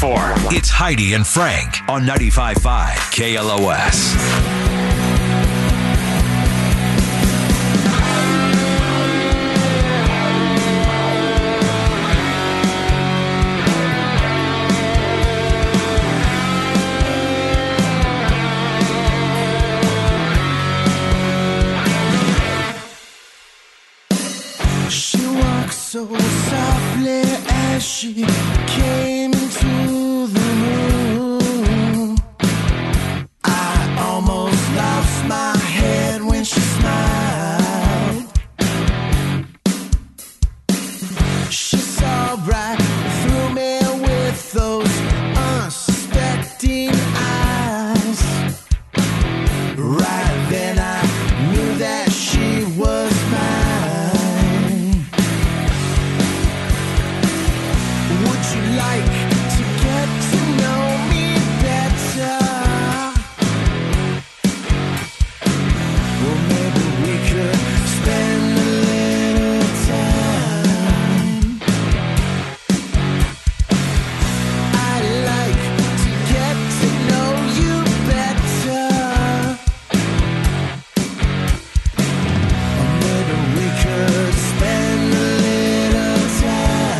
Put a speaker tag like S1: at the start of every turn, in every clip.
S1: It's Heidi and Frank on 95.5 KLOS.
S2: She walked so softly as she came into the room. I almost lost my head when she smiled. She saw right through me with those unsuspecting eyes. Right then I knew that she was mine. Would you like to get to know me better? Well, maybe we could spend a little time. I'd like to get to know you better. Maybe we could spend a little time.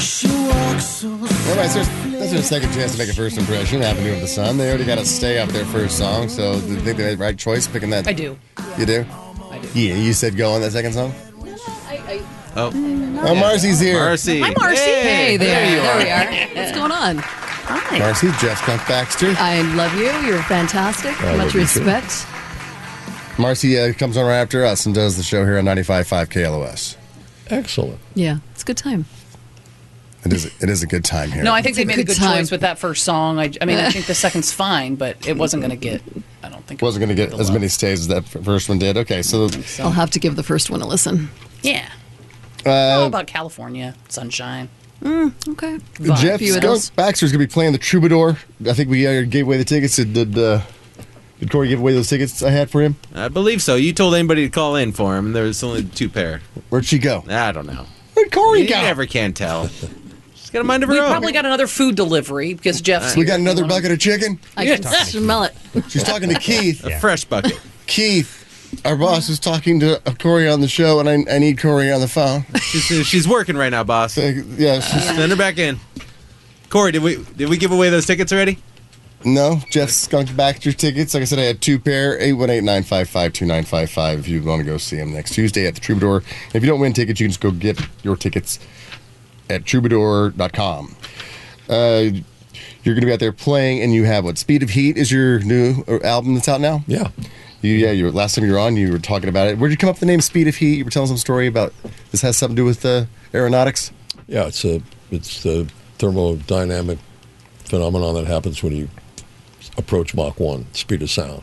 S2: She walks so
S3: All right, so that's your second chance to make a first impression. Avenue of the Sun. They already got to stay up their first song, so do you think they made the right choice picking that?
S4: I do.
S3: You do?
S4: I do.
S3: Yeah, you said go on that second song?
S5: I,
S3: Oh, Marcy's here.
S6: Mercy.
S4: Hi, Marcy.
S6: Hey, there you are.
S4: we are. What's going on? Hi.
S3: Marcy, Jeff Skunk Baxter.
S5: Uh,
S4: I love you. You're fantastic.
S3: I
S4: Much
S3: love you too.
S4: respect.
S3: Marcy uh, comes on right after us and does the show here on 95.5 KLOS.
S7: Excellent.
S4: Yeah, it's a good time.
S3: It is, it is a good time here.
S5: no, I think they made a
S4: good
S5: good
S4: time.
S5: choice with that first song. I, I mean, I think the second's fine, but it wasn't going to get. I don't think
S3: wasn't going to get
S5: the
S3: as
S5: love.
S3: many stays as that f- first one did. Okay, so
S4: I'll have to give the first one a listen.
S5: Yeah.
S3: uh,
S5: All about California sunshine.
S4: Okay.
S3: Jeff
S4: Few of those.
S3: Skunk Baxter's going to be playing the Troubadour. I think we uh, gave away the tickets. Did, did, uh, did Corey give away those tickets I had for him?
S7: I believe so. You told anybody to call in for him. There was only two pair.
S3: Where'd she go?
S7: I don't know.
S3: Where'd Corey
S7: You
S3: go?
S7: never can tell. She's got a mind of her
S5: We
S7: own.
S5: probably got another food delivery because Jeff's.
S3: We
S5: here.
S3: got another
S5: You wanna-
S3: bucket of chicken.
S4: I can smell it.
S3: She's talking to Keith.
S7: a fresh bucket.
S3: Keith, our boss is talking to Corey on the show, and I, I need Corey on the phone.
S7: She's, she's working right now, boss.
S3: So, yeah, she's-
S7: Send her back in. Corey, did we did we give away those tickets already?
S3: no, Jeff skunked back your tickets. Like I said, I had two pair, 818-955-2955 if you want to go see him next Tuesday at the Troubadour. If you don't win tickets, you can just go get your tickets at troubadour.com. Uh, you're going to be out there playing, and you have what? Speed of Heat is your new uh, album that's out now?
S7: Yeah.
S3: You, yeah, you were, last time you were on, you were talking about it. Where'd you come up with the name Speed of Heat? You were telling some story about this has something to do with uh, aeronautics.
S7: Yeah, it's a it's the thermodynamic phenomenon that happens when you approach Mach one speed of sound.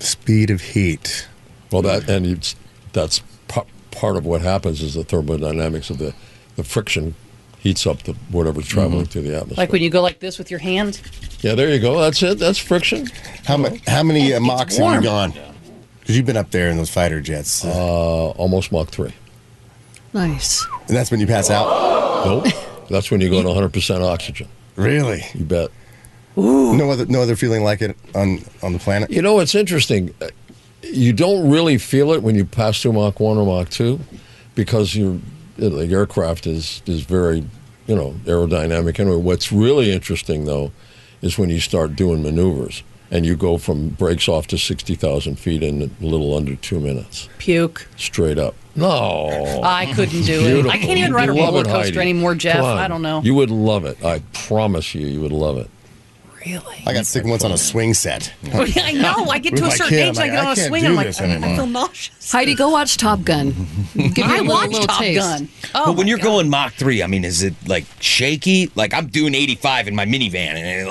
S3: Speed of Heat.
S7: Well, that and it's, that's p- part of what happens is the thermodynamics of the, the friction heats up the whatever's traveling through the atmosphere.
S5: Mm-hmm. Like when you go like this with your hand.
S7: yeah, there you go. That's it. That's friction.
S3: How, ma- how many uh, mocks have you
S5: warm.
S3: gone? Because you've been up there in those fighter jets, uh,
S7: Uh, almost Mach three.
S4: Nice.
S3: and that's when you pass out.
S5: Oh.
S7: Nope. That's when you go to 100 percent oxygen.
S3: Really?
S7: You bet.
S3: No other, no other feeling like it on on the planet.
S7: You know, it's interesting. Uh, You don't really feel it when you pass through Mach one or Mach two, because your the aircraft is is very, you know, aerodynamic. Anyway, what's really interesting though is when you start doing maneuvers and you go from brakes off to sixty thousand feet in a little under two minutes,
S5: Puke.
S7: straight up. No.
S5: I couldn't do it. I can't even
S7: You'd
S5: ride a
S7: love
S5: roller
S7: it,
S5: coaster
S7: Heidi.
S5: anymore, Jeff.
S7: Come on.
S5: I don't know.
S7: You would love it. I promise you, you would love it.
S5: really?
S3: I got sick once on a swing set.
S5: I know. I get
S3: With
S5: to a
S3: my
S5: certain
S3: kid, I'm like,
S5: age, and I get
S3: I
S5: on a
S3: can't
S5: swing,
S3: do
S5: and I'm like,
S3: this
S5: I I
S3: anymore.
S5: feel nauseous.
S4: Heidi, go watch Top Gun. Give me
S5: I
S4: a
S5: watched
S4: little
S5: Top
S4: taste.
S5: Gun. Oh,
S6: but when
S5: my
S6: you're
S5: God.
S6: going Mach 3, I mean, is it like shaky? Like I'm doing 85 in my minivan and it,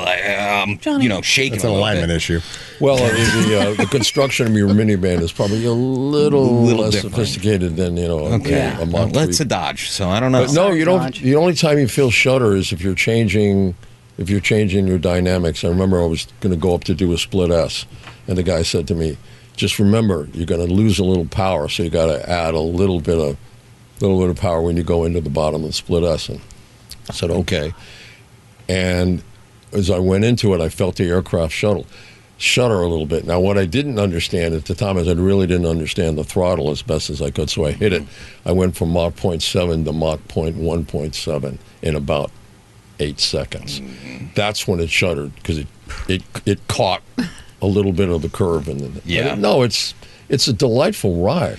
S6: like um, you know, shaking.
S3: That's an
S6: a little
S3: alignment
S6: bit.
S3: issue.
S7: Well, I mean, the, uh, the construction of your minivan is probably a little,
S6: Little
S7: less
S6: different.
S7: sophisticated than you know.
S6: Okay.
S7: a, a Mach
S6: Well, that's a
S7: 3.
S6: Dodge, so I don't know.
S7: But no, you don't.
S5: Dodge.
S7: The only time you feel shudder is if you're changing, if you're changing your dynamics. I remember I was going to go up to do a split S, and the guy said to me, "Just remember, you're going to lose a little power, so you got to add a little bit of little bit of power when you go into the bottom and split us. And I said, okay. And as I went into it, I felt the aircraft shuttle shudder a little bit. Now, what I didn't understand at the time is I really didn't understand the throttle as best as I could, so I hit it. I went from Mach 0.7 to Mach 0.1.7 in about eight seconds. That's when it shuddered because it, it it caught a little bit of the curve and then
S6: Yeah.
S7: No, it's it's a delightful ride.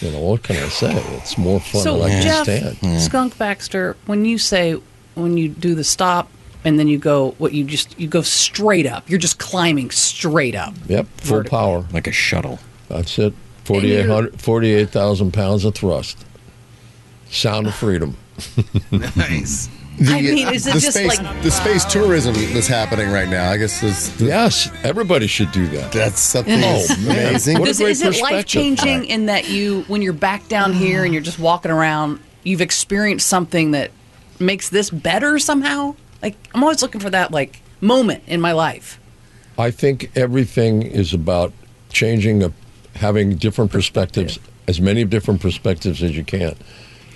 S7: You know what can I say? It's more fun
S5: So
S7: than I can
S5: Jeff
S7: stand.
S5: Skunk Baxter, when you say when you do the stop and then you go what you just you go straight up. You're just climbing straight up.
S7: Yep, full
S5: Vertical.
S7: power.
S6: like a shuttle.
S7: That's it. 4,800 48,000 pounds of thrust. Sound of freedom.
S6: Nice.
S3: The,
S5: I mean, is it
S3: the
S5: just
S3: space,
S5: like-
S3: the space tourism that's happening right now? I guess is
S7: Yes, everybody should do that.
S3: that's something
S7: Oh, man.
S3: amazing.
S7: What a
S5: Does,
S7: great
S5: is it
S7: perspective.
S5: life changing in that you when you're back down here and you're just walking around, you've experienced something that makes this better somehow? Like I'm always looking for that like moment in my life.
S7: I think everything is about changing, a, having different perspectives, as many different perspectives as you can.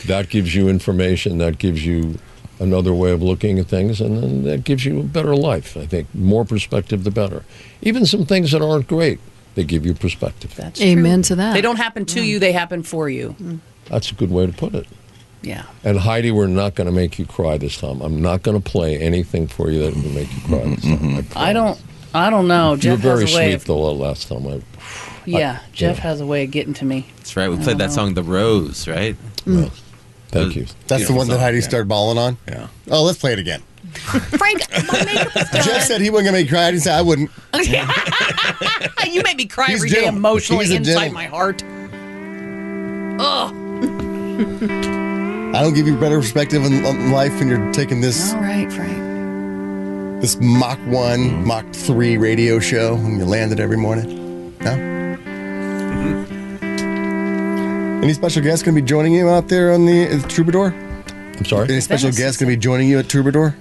S7: That gives you information, that gives you another way of looking at things, and then that gives you a better life. I think more perspective, the better. Even some things that aren't great, they give you perspective.
S5: That's
S4: Amen
S5: true.
S4: to that.
S5: They don't happen to Mm. you, they happen for you.
S7: That's a good way to put it.
S5: Yeah.
S7: And Heidi, we're not going to make you cry this time. I'm not going to play anything for you that will make you cry this time.
S5: I don't I don't know.
S7: You were
S5: Jeff
S7: very
S5: has a way
S7: sweet
S5: of,
S7: though last time. I,
S5: Yeah, Jeff
S7: yeah.
S5: has a way of getting to me.
S8: That's right. We played that song, The Rose, right?
S5: Mm.
S7: well, thank you.
S3: That's the
S8: Beautiful
S3: one that
S8: song,
S3: Heidi
S8: yeah.
S3: started bawling on.
S6: Yeah.
S3: Oh, let's play it again.
S4: Frank, my makeup is done.
S5: Uh,
S3: Jeff said he wasn't gonna make me cry. I didn't say I wouldn't.
S5: you made me cry
S3: He's
S5: every
S3: a
S5: day
S3: gentleman. He's
S5: emotionally
S3: a
S5: inside
S3: gentleman.
S5: my heart.
S3: I don't give you better perspective on, on life when you're taking this
S5: All right, Frank.
S3: this Mach one, Mach three radio show, and you land it every morning. No.
S5: Mm-hmm.
S3: Any special guests gonna be joining you out there on the uh, Troubadour?
S7: I'm
S3: Any
S7: sorry.
S3: special
S5: Venice
S3: guests
S5: is-
S3: gonna be joining you at Troubadour?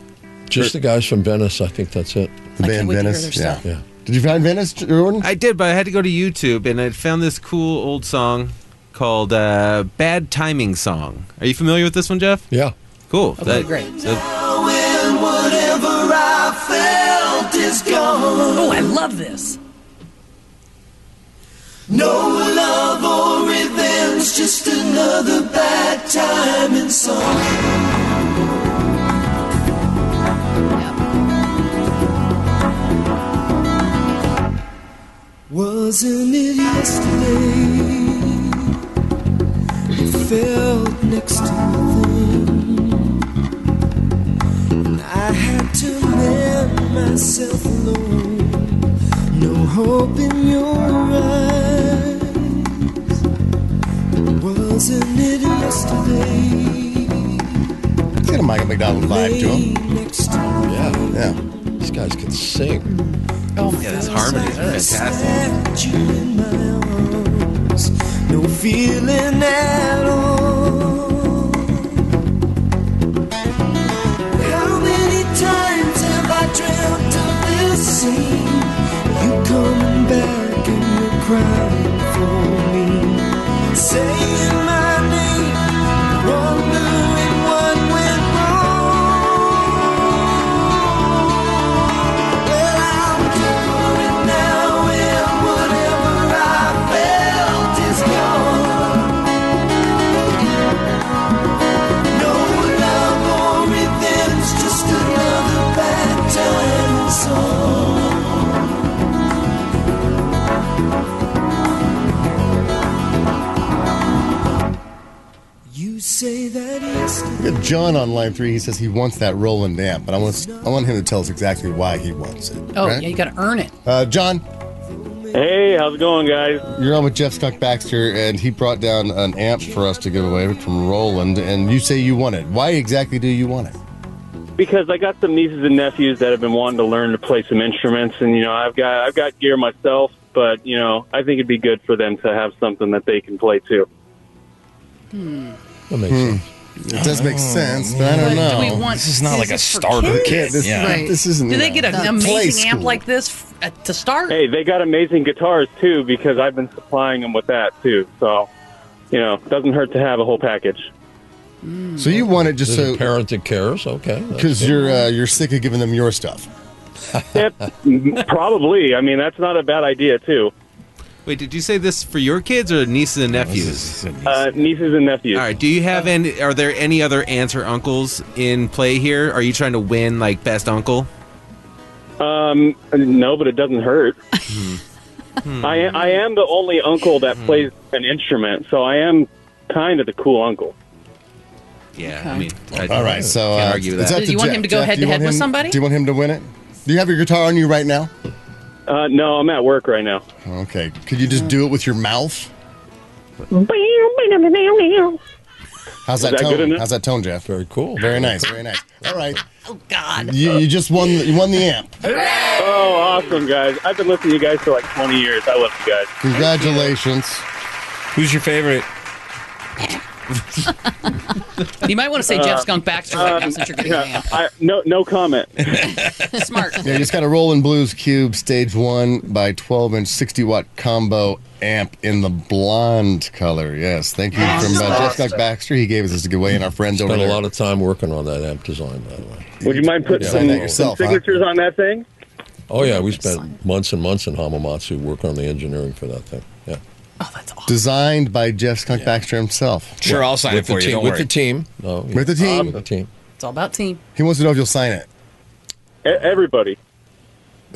S7: Just the guys from Venice. I think that's it.
S3: The
S5: I can't wait to hear their
S3: yeah.
S5: stuff.
S7: Yeah.
S3: Did you find Venice, Jordan?
S8: I did, but I had to go to YouTube and I found this cool old song called uh, Bad Timing Song. Are you familiar with this one, Jeff?
S7: Yeah.
S8: Cool.
S5: Okay, great.
S8: that-
S5: Oh, I love this.
S2: Wasn't it yesterday? You felt next to nothing. And I had to let myself alone. No hope in your eyes. Wasn't it yesterday?
S3: Get a Michael McDonald vibe to him.
S2: Lay next to me.
S7: Yeah.
S3: Yeah.
S7: These guys can sing.
S5: Oh my
S8: yeah, those harmonies are fantastic.
S2: Stabbed you in my arms. No feeling at all. How many times have I dreamt of this scene? You coming back and you're crying for me. Saying my name, wondering what went wrong. Well, I'm different now, and whatever I felt is gone. No love or revenge, just another bad time song. You say that yesterday.
S3: We got John on line three. He says he wants that Roland amp, but I want I want him to tell us exactly why he wants it.
S5: Oh,
S3: right?
S5: yeah, you got to earn it.
S3: Uh, John,
S9: Hey, how's it going, guys?
S3: you're on with Jeff Skunk Baxter, and he brought down an amp for us to give away from Roland, and you say you want it. Why exactly do you want it?
S9: Because I got some nieces and nephews that have been wanting to learn to play some instruments, and you know, I've got I've got gear myself, but you know, I think it'd be good for them to have something that they can play too.
S7: That makes
S3: Hmm.
S7: sense.
S3: It does make sense, but I don't
S5: Oh, But
S3: know.
S5: do we want
S6: This is not like a
S5: this for
S6: starter
S5: kids?
S3: Kid, this,
S6: Yeah.
S4: Right.
S3: this isn't.
S5: Do
S3: you
S5: they
S3: know,
S5: get an
S3: play
S5: amazing amp
S3: school.
S5: like this f- at, to start?
S9: Hey, they got amazing guitars too, because I've been supplying them with that too. So, you know, doesn't hurt to have a whole package.
S3: So you want it just
S7: There's a
S3: so
S7: parent that cares. Okay, that's
S3: because
S7: good.
S3: you're uh, you're sick of giving them your stuff.
S9: Yep, probably. I mean, that's not a bad idea too.
S8: Wait, did you say this for your kids or nieces and
S6: This
S8: nephews?
S6: is- this is-
S9: Uh, nieces and nephews.
S8: All right. Do you have any? Are there any other aunts or uncles in play here? Are you trying to win like best uncle?
S9: Um, no, but it doesn't hurt. I I am the only uncle that plays an instrument, so I am kind of the cool uncle.
S8: Yeah. I
S5: Okay.
S8: mean, I,
S3: All right, so
S8: can't
S3: uh,
S8: argue with
S3: it's
S8: that.
S3: up
S5: Do you want
S3: Jeff.
S5: him to go
S3: Jeff, do you
S5: head-to-head
S3: want
S5: with
S3: him-
S5: somebody?
S3: Do you want him to win it? Do you have your guitar on you right now?
S9: Uh, no, I'm at work right now.
S3: Okay, could you just do it with your mouth? How's that,
S9: that good
S3: tone?
S9: enough?
S3: How's that tone, Jeff?
S7: very cool.
S3: Very nice, very nice. All right,
S5: Oh God.
S3: you, you just won. You won the amp.
S9: Oh, awesome, guys! I've been listening to you guys for like 20 years. I love you guys.
S3: Congratulations.
S6: Who's your favorite?
S5: You might want to say Jeff Skunk Baxter right now since you're getting
S9: Uh, Yeah,
S5: yeah.
S9: Um, I, no, no comment.
S5: Smart.
S3: Yeah, you just got a Rolling Blues Cube Stage 1 by 12 inch 60 watt combo amp in the blonde color. Yes, thank you from uh, Jeff Scott Baxter. He gave us this giveaway, and our friends over
S7: Spent a
S3: there.
S7: lot of time working on that amp design, by the way.
S9: Would you mind putting
S7: Yeah,
S9: some,
S7: that
S3: yourself,
S9: some
S3: huh?
S9: signatures on that thing?
S7: Oh yeah, we spent months and months in Hamamatsu working on the engineering for that thing. Yeah,
S5: Oh, that's awesome.
S3: Designed by Jeff Skunk Baxter himself.
S6: Sure, I'll sign
S7: with
S6: it for you.
S7: the team.
S6: don't worry.
S7: With the team. No, Oh, yeah.
S3: With the team.
S7: With the team.
S5: It's all about team.
S3: He wants to know if you'll sign it.
S9: E- everybody.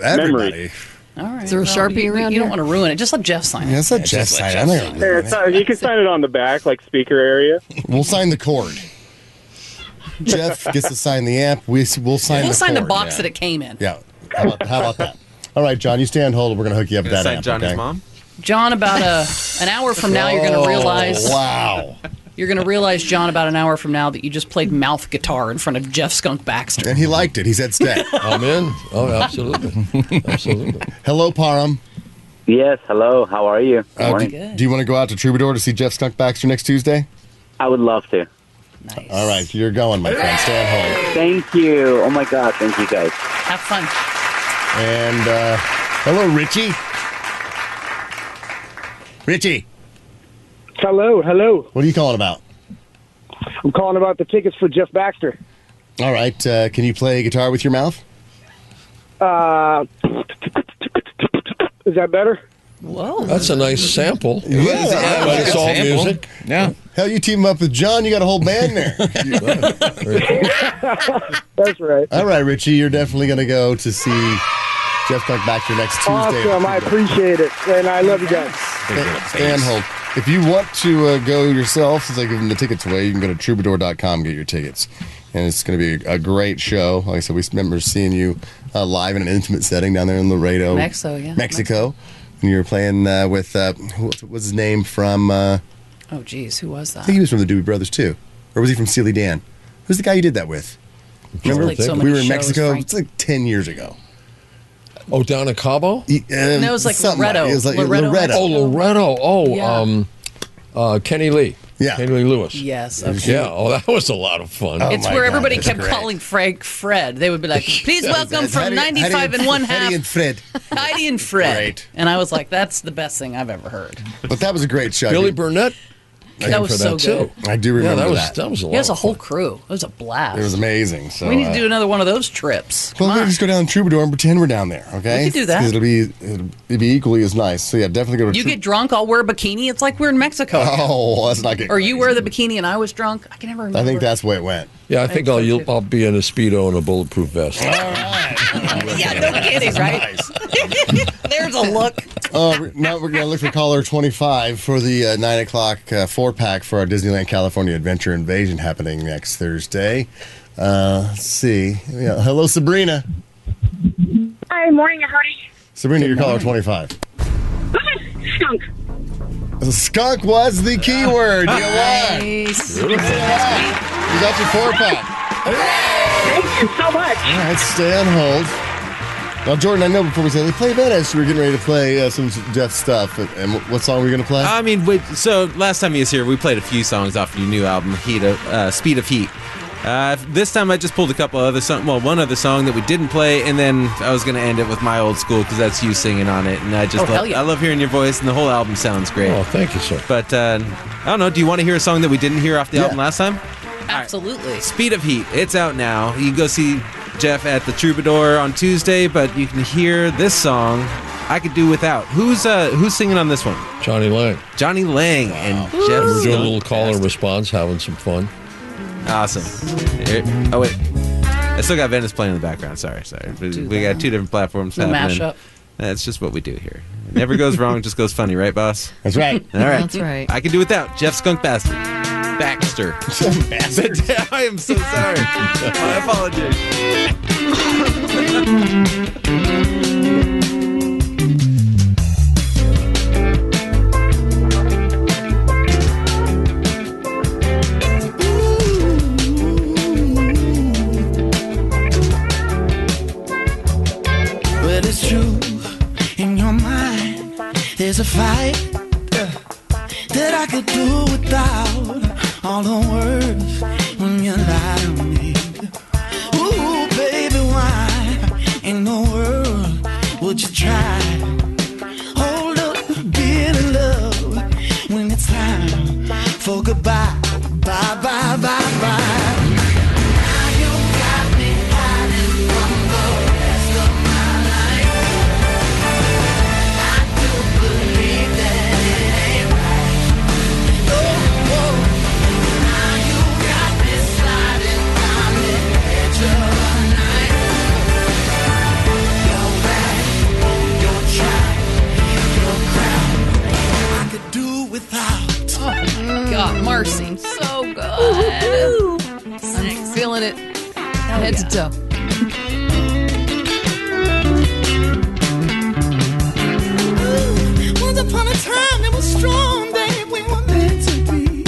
S3: Everybody.
S9: Memory.
S5: All right. Is
S4: there a Sharpie
S5: you,
S4: around
S5: You don't
S4: here?
S5: want to ruin it. Just let Jeff sign
S3: Yeah,
S5: it.
S3: that's not
S6: Yeah,
S3: Jeff
S6: just let
S3: sign. it.
S6: Jeff
S3: I'm not
S6: sign
S3: gonna
S6: it.
S9: Yeah,
S3: ruin
S9: it's not- you can sign it on the back, like speaker area.
S3: it. We'll sign the cord. Jeff gets to sign the amp. We, s- we'll sign
S5: We'll
S3: the
S5: sign the
S3: cord.
S5: box that it came in.
S3: Yeah. How about, how about that? All right, John, you stay on hold. We're going to hook you up with that
S8: Sign
S3: amp.
S8: Johnny's
S3: okay?
S8: mom.
S5: John, about a an hour from now, you're gonna
S3: Oh,
S5: realize
S3: Wow.
S5: you're gonna realize John about an hour from now that you just played mouth guitar in front of Jeff Skunk Baxter.
S3: And he liked it. He said, stay.
S7: I'm in. Oh, absolutely, absolutely.
S3: Hello, Parham.
S10: Yes, hello. How are you? Good
S3: Uh,
S10: morning.
S3: do, do you want to go out to Troubadour to see Jeff Skunk Baxter next Tuesday?
S10: I would love to.
S5: Nice.
S3: All right, you're going, my friend. Stay at home.
S10: Thank you. Oh my God, thank you guys.
S5: Have fun.
S3: And uh, hello, Richie. Richie,
S11: Hello, hello.
S3: what are you calling about?
S11: I'm calling about the tickets for Jeff Baxter.
S3: All right, uh, can you play guitar with your mouth?
S11: Uh, is that better?
S5: Whoa.
S7: That's a nice sample.
S3: Yeah.
S7: but it's all
S6: Sample.
S7: music.
S6: Yeah.
S3: Hell, you team up with John. You got a whole band there.
S7: Very cool.
S11: That's right.
S3: All right, Richie, you're definitely going to go to see Jeff Skunk Baxter next Tuesday.
S5: Oh,
S11: Awesome. I appreciate it, and I love you guys.
S3: Stanhope. If you want to uh, go yourself, since I give them the tickets away, you can go to troubadour.com and get your tickets. And it's going to be a great show. Like I said, we remember seeing you uh, live in an intimate setting down there in Laredo,
S5: Mexico, yeah.
S3: Mexico. And you were playing uh, with, uh, who- what was his name from, uh, I
S5: Oh, geez, who was that?
S3: think he was from the Doobie Brothers too. Or was he from Steely Dan? Who's the guy you did that with?
S5: played so many
S3: we were in
S5: shows,
S3: Mexico.
S5: Frank.
S3: It's like 10 years ago.
S7: Oh, down in Cabo.
S3: He- um,
S5: No, it was like
S3: something
S5: Loretto.
S3: it was like
S5: Loretto,
S3: Loretto.
S7: Oh, Loretto. Oh,
S5: Yeah.
S7: um, uh, Kenny Lee.
S3: Yeah.
S7: Kenny Lee Lewis.
S5: Yes. Okay.
S7: Yeah. Oh, that was a lot of fun.
S3: Oh,
S5: It's
S3: my
S5: where
S3: God,
S5: everybody
S3: that's
S5: kept
S3: great.
S5: calling Frank Fred. They would be like, please welcome
S3: How
S5: from
S3: do you- how do you-
S5: 95 and one
S3: how do you
S5: half,
S3: Fred.
S5: Heidi and Fred.
S3: Great.
S5: And I was like, that's the best thing I've ever heard.
S3: But that was a great show.
S7: Billy Burnett.
S5: That
S7: came
S5: was
S7: for
S5: so
S7: that
S5: good.
S7: too.
S3: I do
S7: Yeah,
S3: remember
S7: that was
S3: that.
S7: that was a lot.
S5: He has a
S7: of
S5: whole
S7: fun.
S5: crew. It was a blast.
S3: It was amazing. So
S5: we need to
S3: uh,
S5: do another one of those trips.
S3: Well,
S5: Come
S3: we
S5: on.
S3: just go down to Troubadour and pretend we're down there. Okay,
S5: We could do that.
S3: 'Cause It'll be it'll, it'll be equally as nice. So yeah, definitely go to.
S5: You
S3: Trou-
S5: get drunk, I'll wear a bikini. It's like we're in Mexico.
S3: Oh, let's not get.
S5: Or you
S3: crazy.
S5: wear the bikini and I was drunk. I can never remember.
S3: I think that's the way it went.
S7: Yeah, I think
S5: so
S7: I'll you'll,
S5: too.
S7: I'll be in a speedo and a bulletproof vest.
S5: yeah, no kidding, right? There's a look.
S3: Uh, we're- now we're gonna look for caller twenty-five for the uh, nine o'clock uh, four-pack for our Disneyland California Adventure Invasion happening next Thursday. Uh, let's see. Yeah. Hello, Sabrina.
S4: Hi, morning, howdy.
S3: Sabrina, you're caller twenty-five.
S4: Skunk.
S3: Skunk was the keyword. You won.
S5: Nice.
S3: You got your four pack.
S4: Thank you so much.
S3: All right, stay on hold. Now, Jordan, I know before we said let's play badass, you were getting ready to play uh, some Jeff stuff. And, and what song were you going to play?
S8: I mean, wait, so last time he was here, we played a few songs off your new album, Heat of, uh, Speed of Heat. Uh, this time I just pulled a couple other song, well, one other song that we didn't play, and then I was gonna end it with my old school because that's you singing on it, and I just
S5: Oh, hell
S8: love,
S5: yeah.
S8: I love hearing your voice, and the whole album sounds great.
S7: Oh, thank you, sir.
S8: But uh, I don't know. Do you want to hear a song that we didn't hear off the album last time?
S5: Absolutely.
S8: Speed of Heat. It's out now. You can go see Jeff at the Troubadour on Tuesday, but you can hear this song. I could do without. Who's uh who's singing on this one?
S7: Johnny Lang.
S8: Johnny Lang and
S7: We're
S8: Jeff.
S7: doing a
S8: Skunk.
S7: little call and response, having some fun.
S8: Awesome. Here- Oh wait, I still got Venice playing in the background. Sorry, sorry. We, we got two different platforms
S5: Little
S8: happening.
S5: mashup.
S8: That's just what we do here. It never goes wrong, just goes funny, right, boss?
S3: That's right.
S8: All right.
S5: That's right.
S8: I can do without Jeff Skunk Bastard. Baxter. Bastard. I am so sorry. My apologies.
S2: Well, it's true. In your mind, there's a fight uh, that I could do without all the words when you lie to me. Ooh, baby, why in the world would you try? Hold up, being in love when it's time for goodbye. Bye, bye, bye, bye. Now you got me hiding from the rest of my life. I do believe that it ain't right. Oh, oh. Now you got me sliding down the edge of a knife. Your back, your track, your crown. I could do without.
S5: Oh my God, Marcy, so good. I'm feeling it head to toe.
S2: Once upon a time, it was strong, babe. We were meant to be.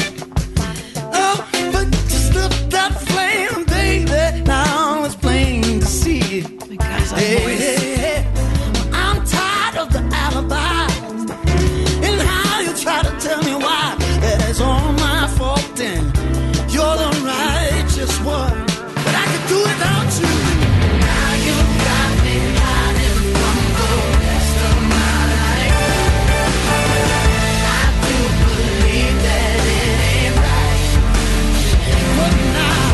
S2: Oh, but just look that flame, baby. Now it's plain to see. My
S5: gosh,
S2: I I'm tired of the alibis and how you try to tell me why that it's all my fault and you're the righteous one. But I could do without you. Now you got me hiding from the rest of my life. I do believe that it ain't right. But now,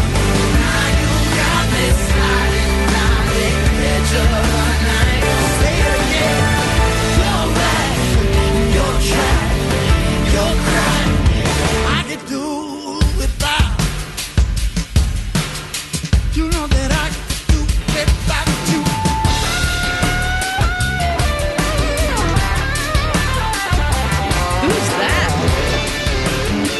S2: now you got me sliding down the edge of a night. Say it again. You're right. You're trapped. You're crying. I could do without. You know that I could do without you.
S5: Who's that?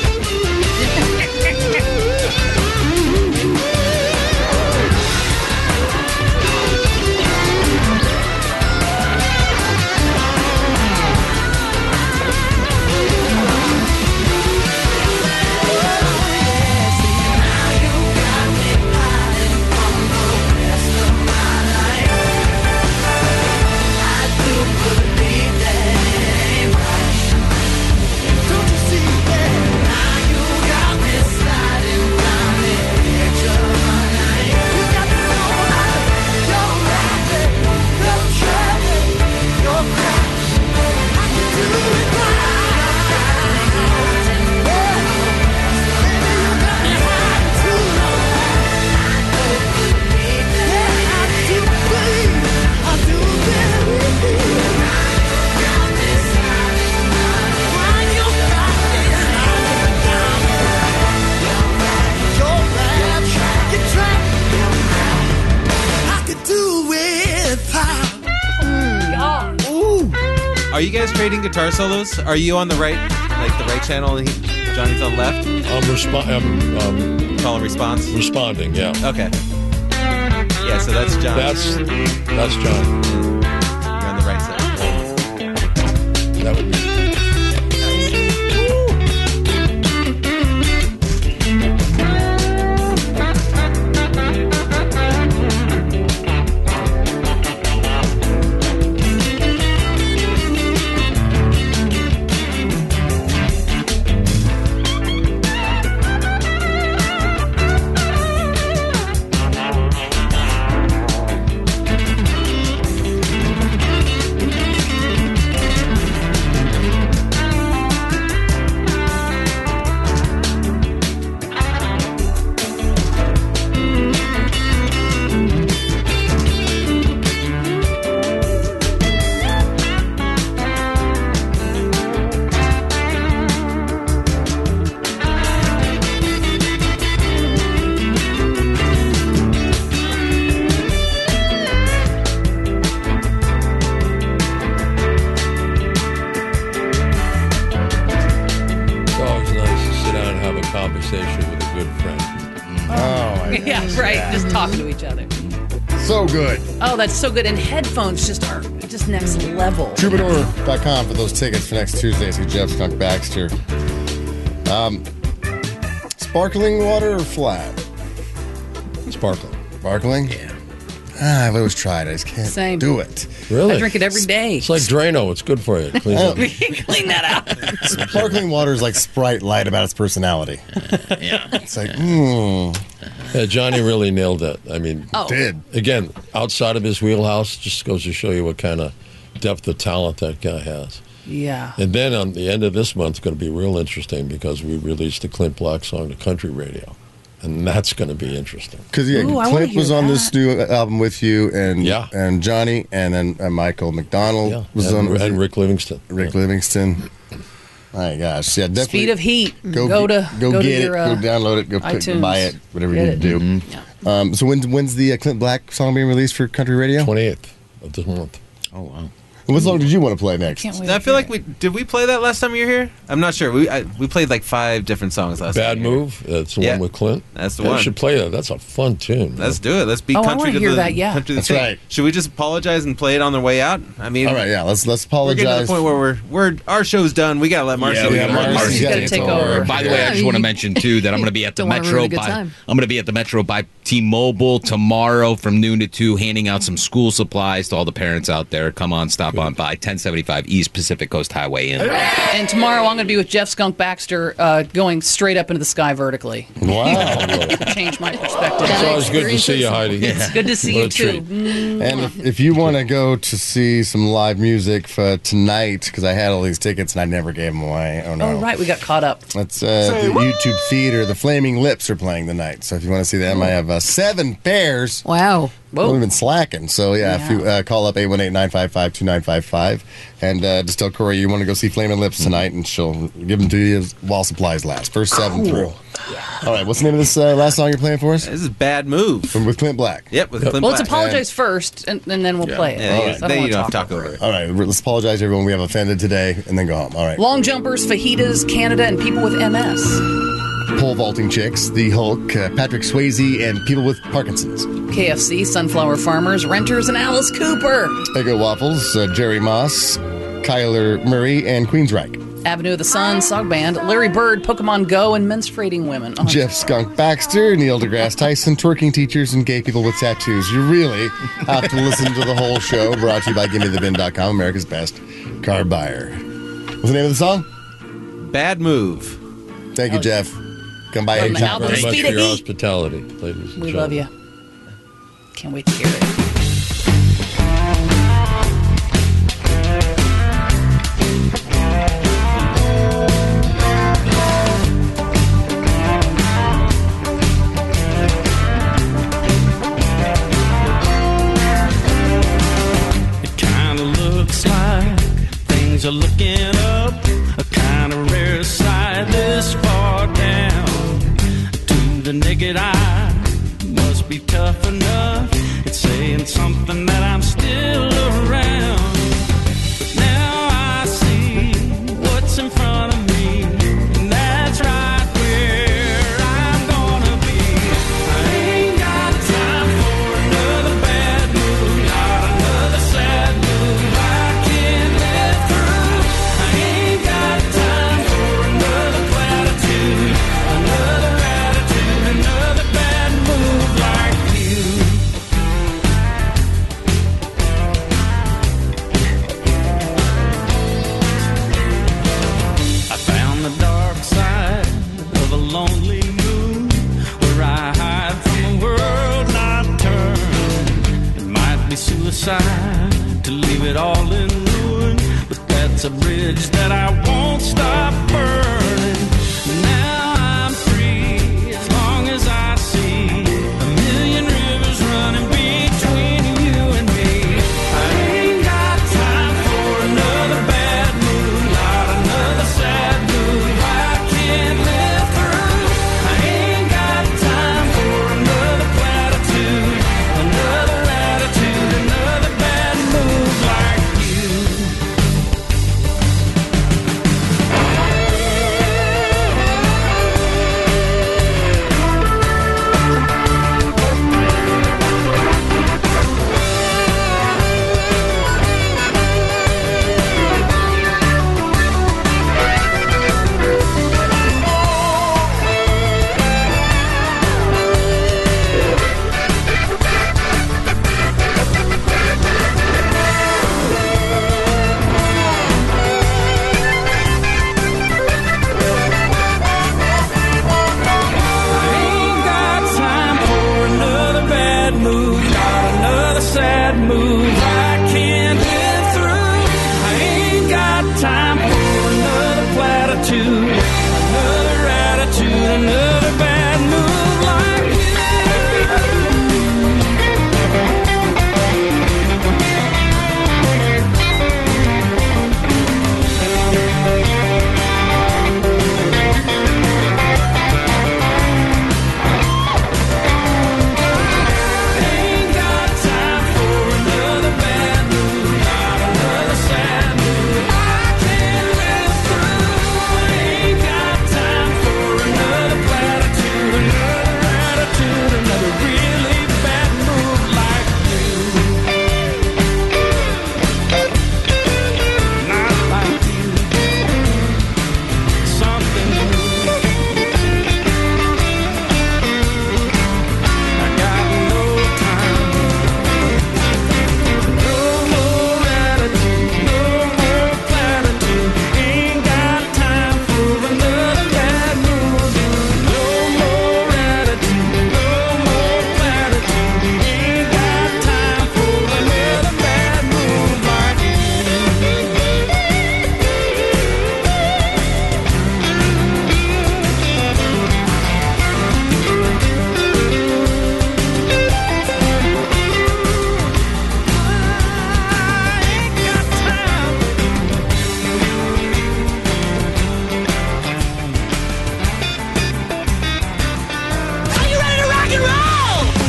S8: Are you guys trading guitar solos? Are you on the right, like the right channel, and he- Johnny's on the left?
S7: I'm, respo- I'm um,
S8: call and response.
S7: Responding, yeah.
S8: Okay. Yeah, so that's John.
S7: That's that's John.
S8: You're on the right side.
S7: That would be. conversation with a good friend.
S3: Oh,
S5: yeah, right. Just talking to each other.
S3: So good.
S5: Oh, that's so good. And headphones just are just next level.
S3: Troubadour.com for those tickets for next Tuesday. See Jeff Skunk Baxter. Um, sparkling water or flat?
S7: Sparkling.
S3: Sparkling? Yeah. Ah, I've always tried. I just can't
S5: Same.
S3: do it.
S7: Really?
S5: I drink it every day.
S7: It's like Drano. It's good for you. It
S3: Oh.
S7: cleans up.
S5: Clean that out.
S3: Sparkling water is like Sprite light about its personality.
S6: yeah.
S3: It's like, mmm.
S7: Yeah, Johnny really nailed it. I mean,
S5: Oh. Did.
S7: again outside of his wheelhouse. Just goes to show you what kind of depth of talent that guy has.
S5: Yeah.
S7: And then on the end of this month, going to be real interesting because we released the Clint Black song to country radio, and that's going to be interesting.
S3: Because yeah,
S5: Ooh, I wanna
S3: Clint
S5: hear
S3: was on this new album with you, and
S7: Yeah.
S3: and Johnny, and then and Michael McDonald
S7: Yeah,
S3: Oh, was
S7: and,
S3: on with
S7: and
S3: you.
S7: Rick Livingston.
S3: Rick Livingston. My gosh, yeah, definitely.
S5: Speed of heat. Go,
S3: go
S5: to
S3: go, get
S5: to your,
S3: it,
S5: uh,
S3: go download it, go pick,
S5: iTunes.
S3: buy it, whatever you
S5: Get
S3: need to do. Um, so when's when's the uh, Clint Black song being released for country radio?
S7: Twenty eighth of this month.
S6: Oh wow.
S3: What song did you want to play next?
S5: Can't wait.
S8: I feel like we did. We play that last time you were here. I'm not sure. We I, we played like five different songs last.
S7: Bad
S8: time you were here.
S7: move. That's the
S8: Yeah.
S7: one with Clint.
S8: That's the
S7: Yeah, you
S8: one.
S7: should play that. That's a fun tune.
S8: Let's do it. Let's be
S5: Oh, I
S8: country
S5: wanna
S8: to
S5: hear
S8: the
S5: that, yeah.
S8: country to the
S3: That's
S8: state.
S3: right.
S8: Should we just apologize and play it on their way out? I mean,
S3: All right, yeah, let's let's
S8: we're
S3: apologize.
S8: getting to the point where we're we're our show's done. We gotta let Marcy.
S6: Yeah,
S8: we
S6: we
S8: gotta
S6: gotta
S8: let
S6: let
S8: Marcy.
S6: Marcy.
S5: gotta take over.
S6: By the way, I just
S12: Yeah,
S6: want to
S12: you-
S6: mention too that I'm going to be at the
S12: Don't wanna
S6: Metro.
S12: ruin a good
S6: By, I'm
S12: time.
S6: going to be at the Metro by T-Mobile tomorrow from noon to two, handing out some school supplies to all the parents out there. Come on, stop on by 1075 East Pacific Coast Highway Inn.
S5: And tomorrow I'm going to be with Jeff Skunk Baxter, uh, going straight up into the sky vertically.
S3: wow.
S5: Change my perspective.
S7: It's always good to see you, Heidi.
S5: It's good to see you
S7: What a
S5: too. Mm,
S7: treat.
S3: And if, if you want to go to see some live music for tonight, because I had all these tickets and I never gave them away. Oh no!
S5: All right, we got caught up.
S3: That's uh, the YouTube Theater. The Flaming Lips are playing tonight. So if you want to see them, I have uh, seven pairs.
S12: Wow.
S5: Whoa.
S3: We've been slacking. So yeah, if you
S5: Yeah.
S3: uh, call up 818-955-2955 and uh, just tell Corey you want to go see Flaming Lips tonight, and she'll give them to you while supplies last. First seven through. All right, what's the name of this uh, last song you're playing for us?
S8: This is bad move.
S3: From with Clint Black.
S8: Yep, with Clint
S5: Well, let's
S8: Black.
S5: apologize first, and, and then we'll play it.
S8: Yeah,
S5: I
S8: you-
S5: don't
S8: then
S5: wanna
S8: you don't have to
S5: talk
S8: talk over it.
S3: All right, let's apologize to everyone we have offended today, and then go home. All right.
S5: Long jumpers, fajitas, Canada, and people with MS.
S3: Pole vaulting chicks, the Hulk, uh, Patrick Swayze, and people with Parkinson's.
S5: KFC, sunflower farmers, renters, and Alice Cooper.
S3: Eggo Waffles, uh, Jerry Moss, Kyler Murray, and Queensryche.
S5: Avenue of the Sun, Sog Band, Larry Bird, Pokemon Go, and menstruating women. Oh,
S3: Jeff Skunk Baxter, Neil deGrasse Tyson, twerking teachers, and gay people with tattoos. You really have to listen to the whole show. Brought to you by GimmeTheBin.com, America's best car buyer. What's the name of the song?
S8: Bad move.
S3: Thank you, Jeff. Come by
S5: Oh. From the
S3: anytime.
S5: album
S7: Very much
S5: Speed
S7: for
S5: of
S7: your
S5: Heat.
S7: hospitality, ladies and
S5: we
S7: gentlemen.
S5: love you. Can't wait to hear it.
S13: It kinda looks like things are looking up. A kinda rare sight this far down. To the naked eye, must be tough enough. It's saying something that I'm still around. But now I see what's in front of me. and that's right where I'm gonna be. I ain't got time for another bad mood, not another sad mood I can't let through. I ain't got time for another platitude, another attitude, another bad move like you. I found the dark side of a lonely moon where I hide from a world not turned. It might be suicide to leave it all in ruin, but that's a bridge that I won't stop burning. Now I'm free as long as I see a million rivers running between you and me. I ain't got time for another bad mood, not another sad mood I can't live through. I ain't got time for another platitude, another attitude, another bad move like you.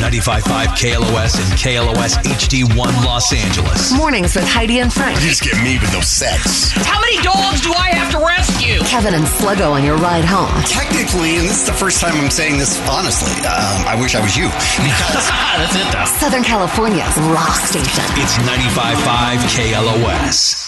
S6: 95.5 KLOS and KLOS HD1 Los Angeles.
S4: Mornings with Heidi and Frank.
S6: You just get me with no sex.
S4: How many dogs do I have to rescue? Kevin and Sluggo on your ride home.
S3: Technically, and this is the first time I'm saying this honestly, um, I wish I was you. Because
S4: Southern California's rock station.
S6: It's 95.5 KLOS.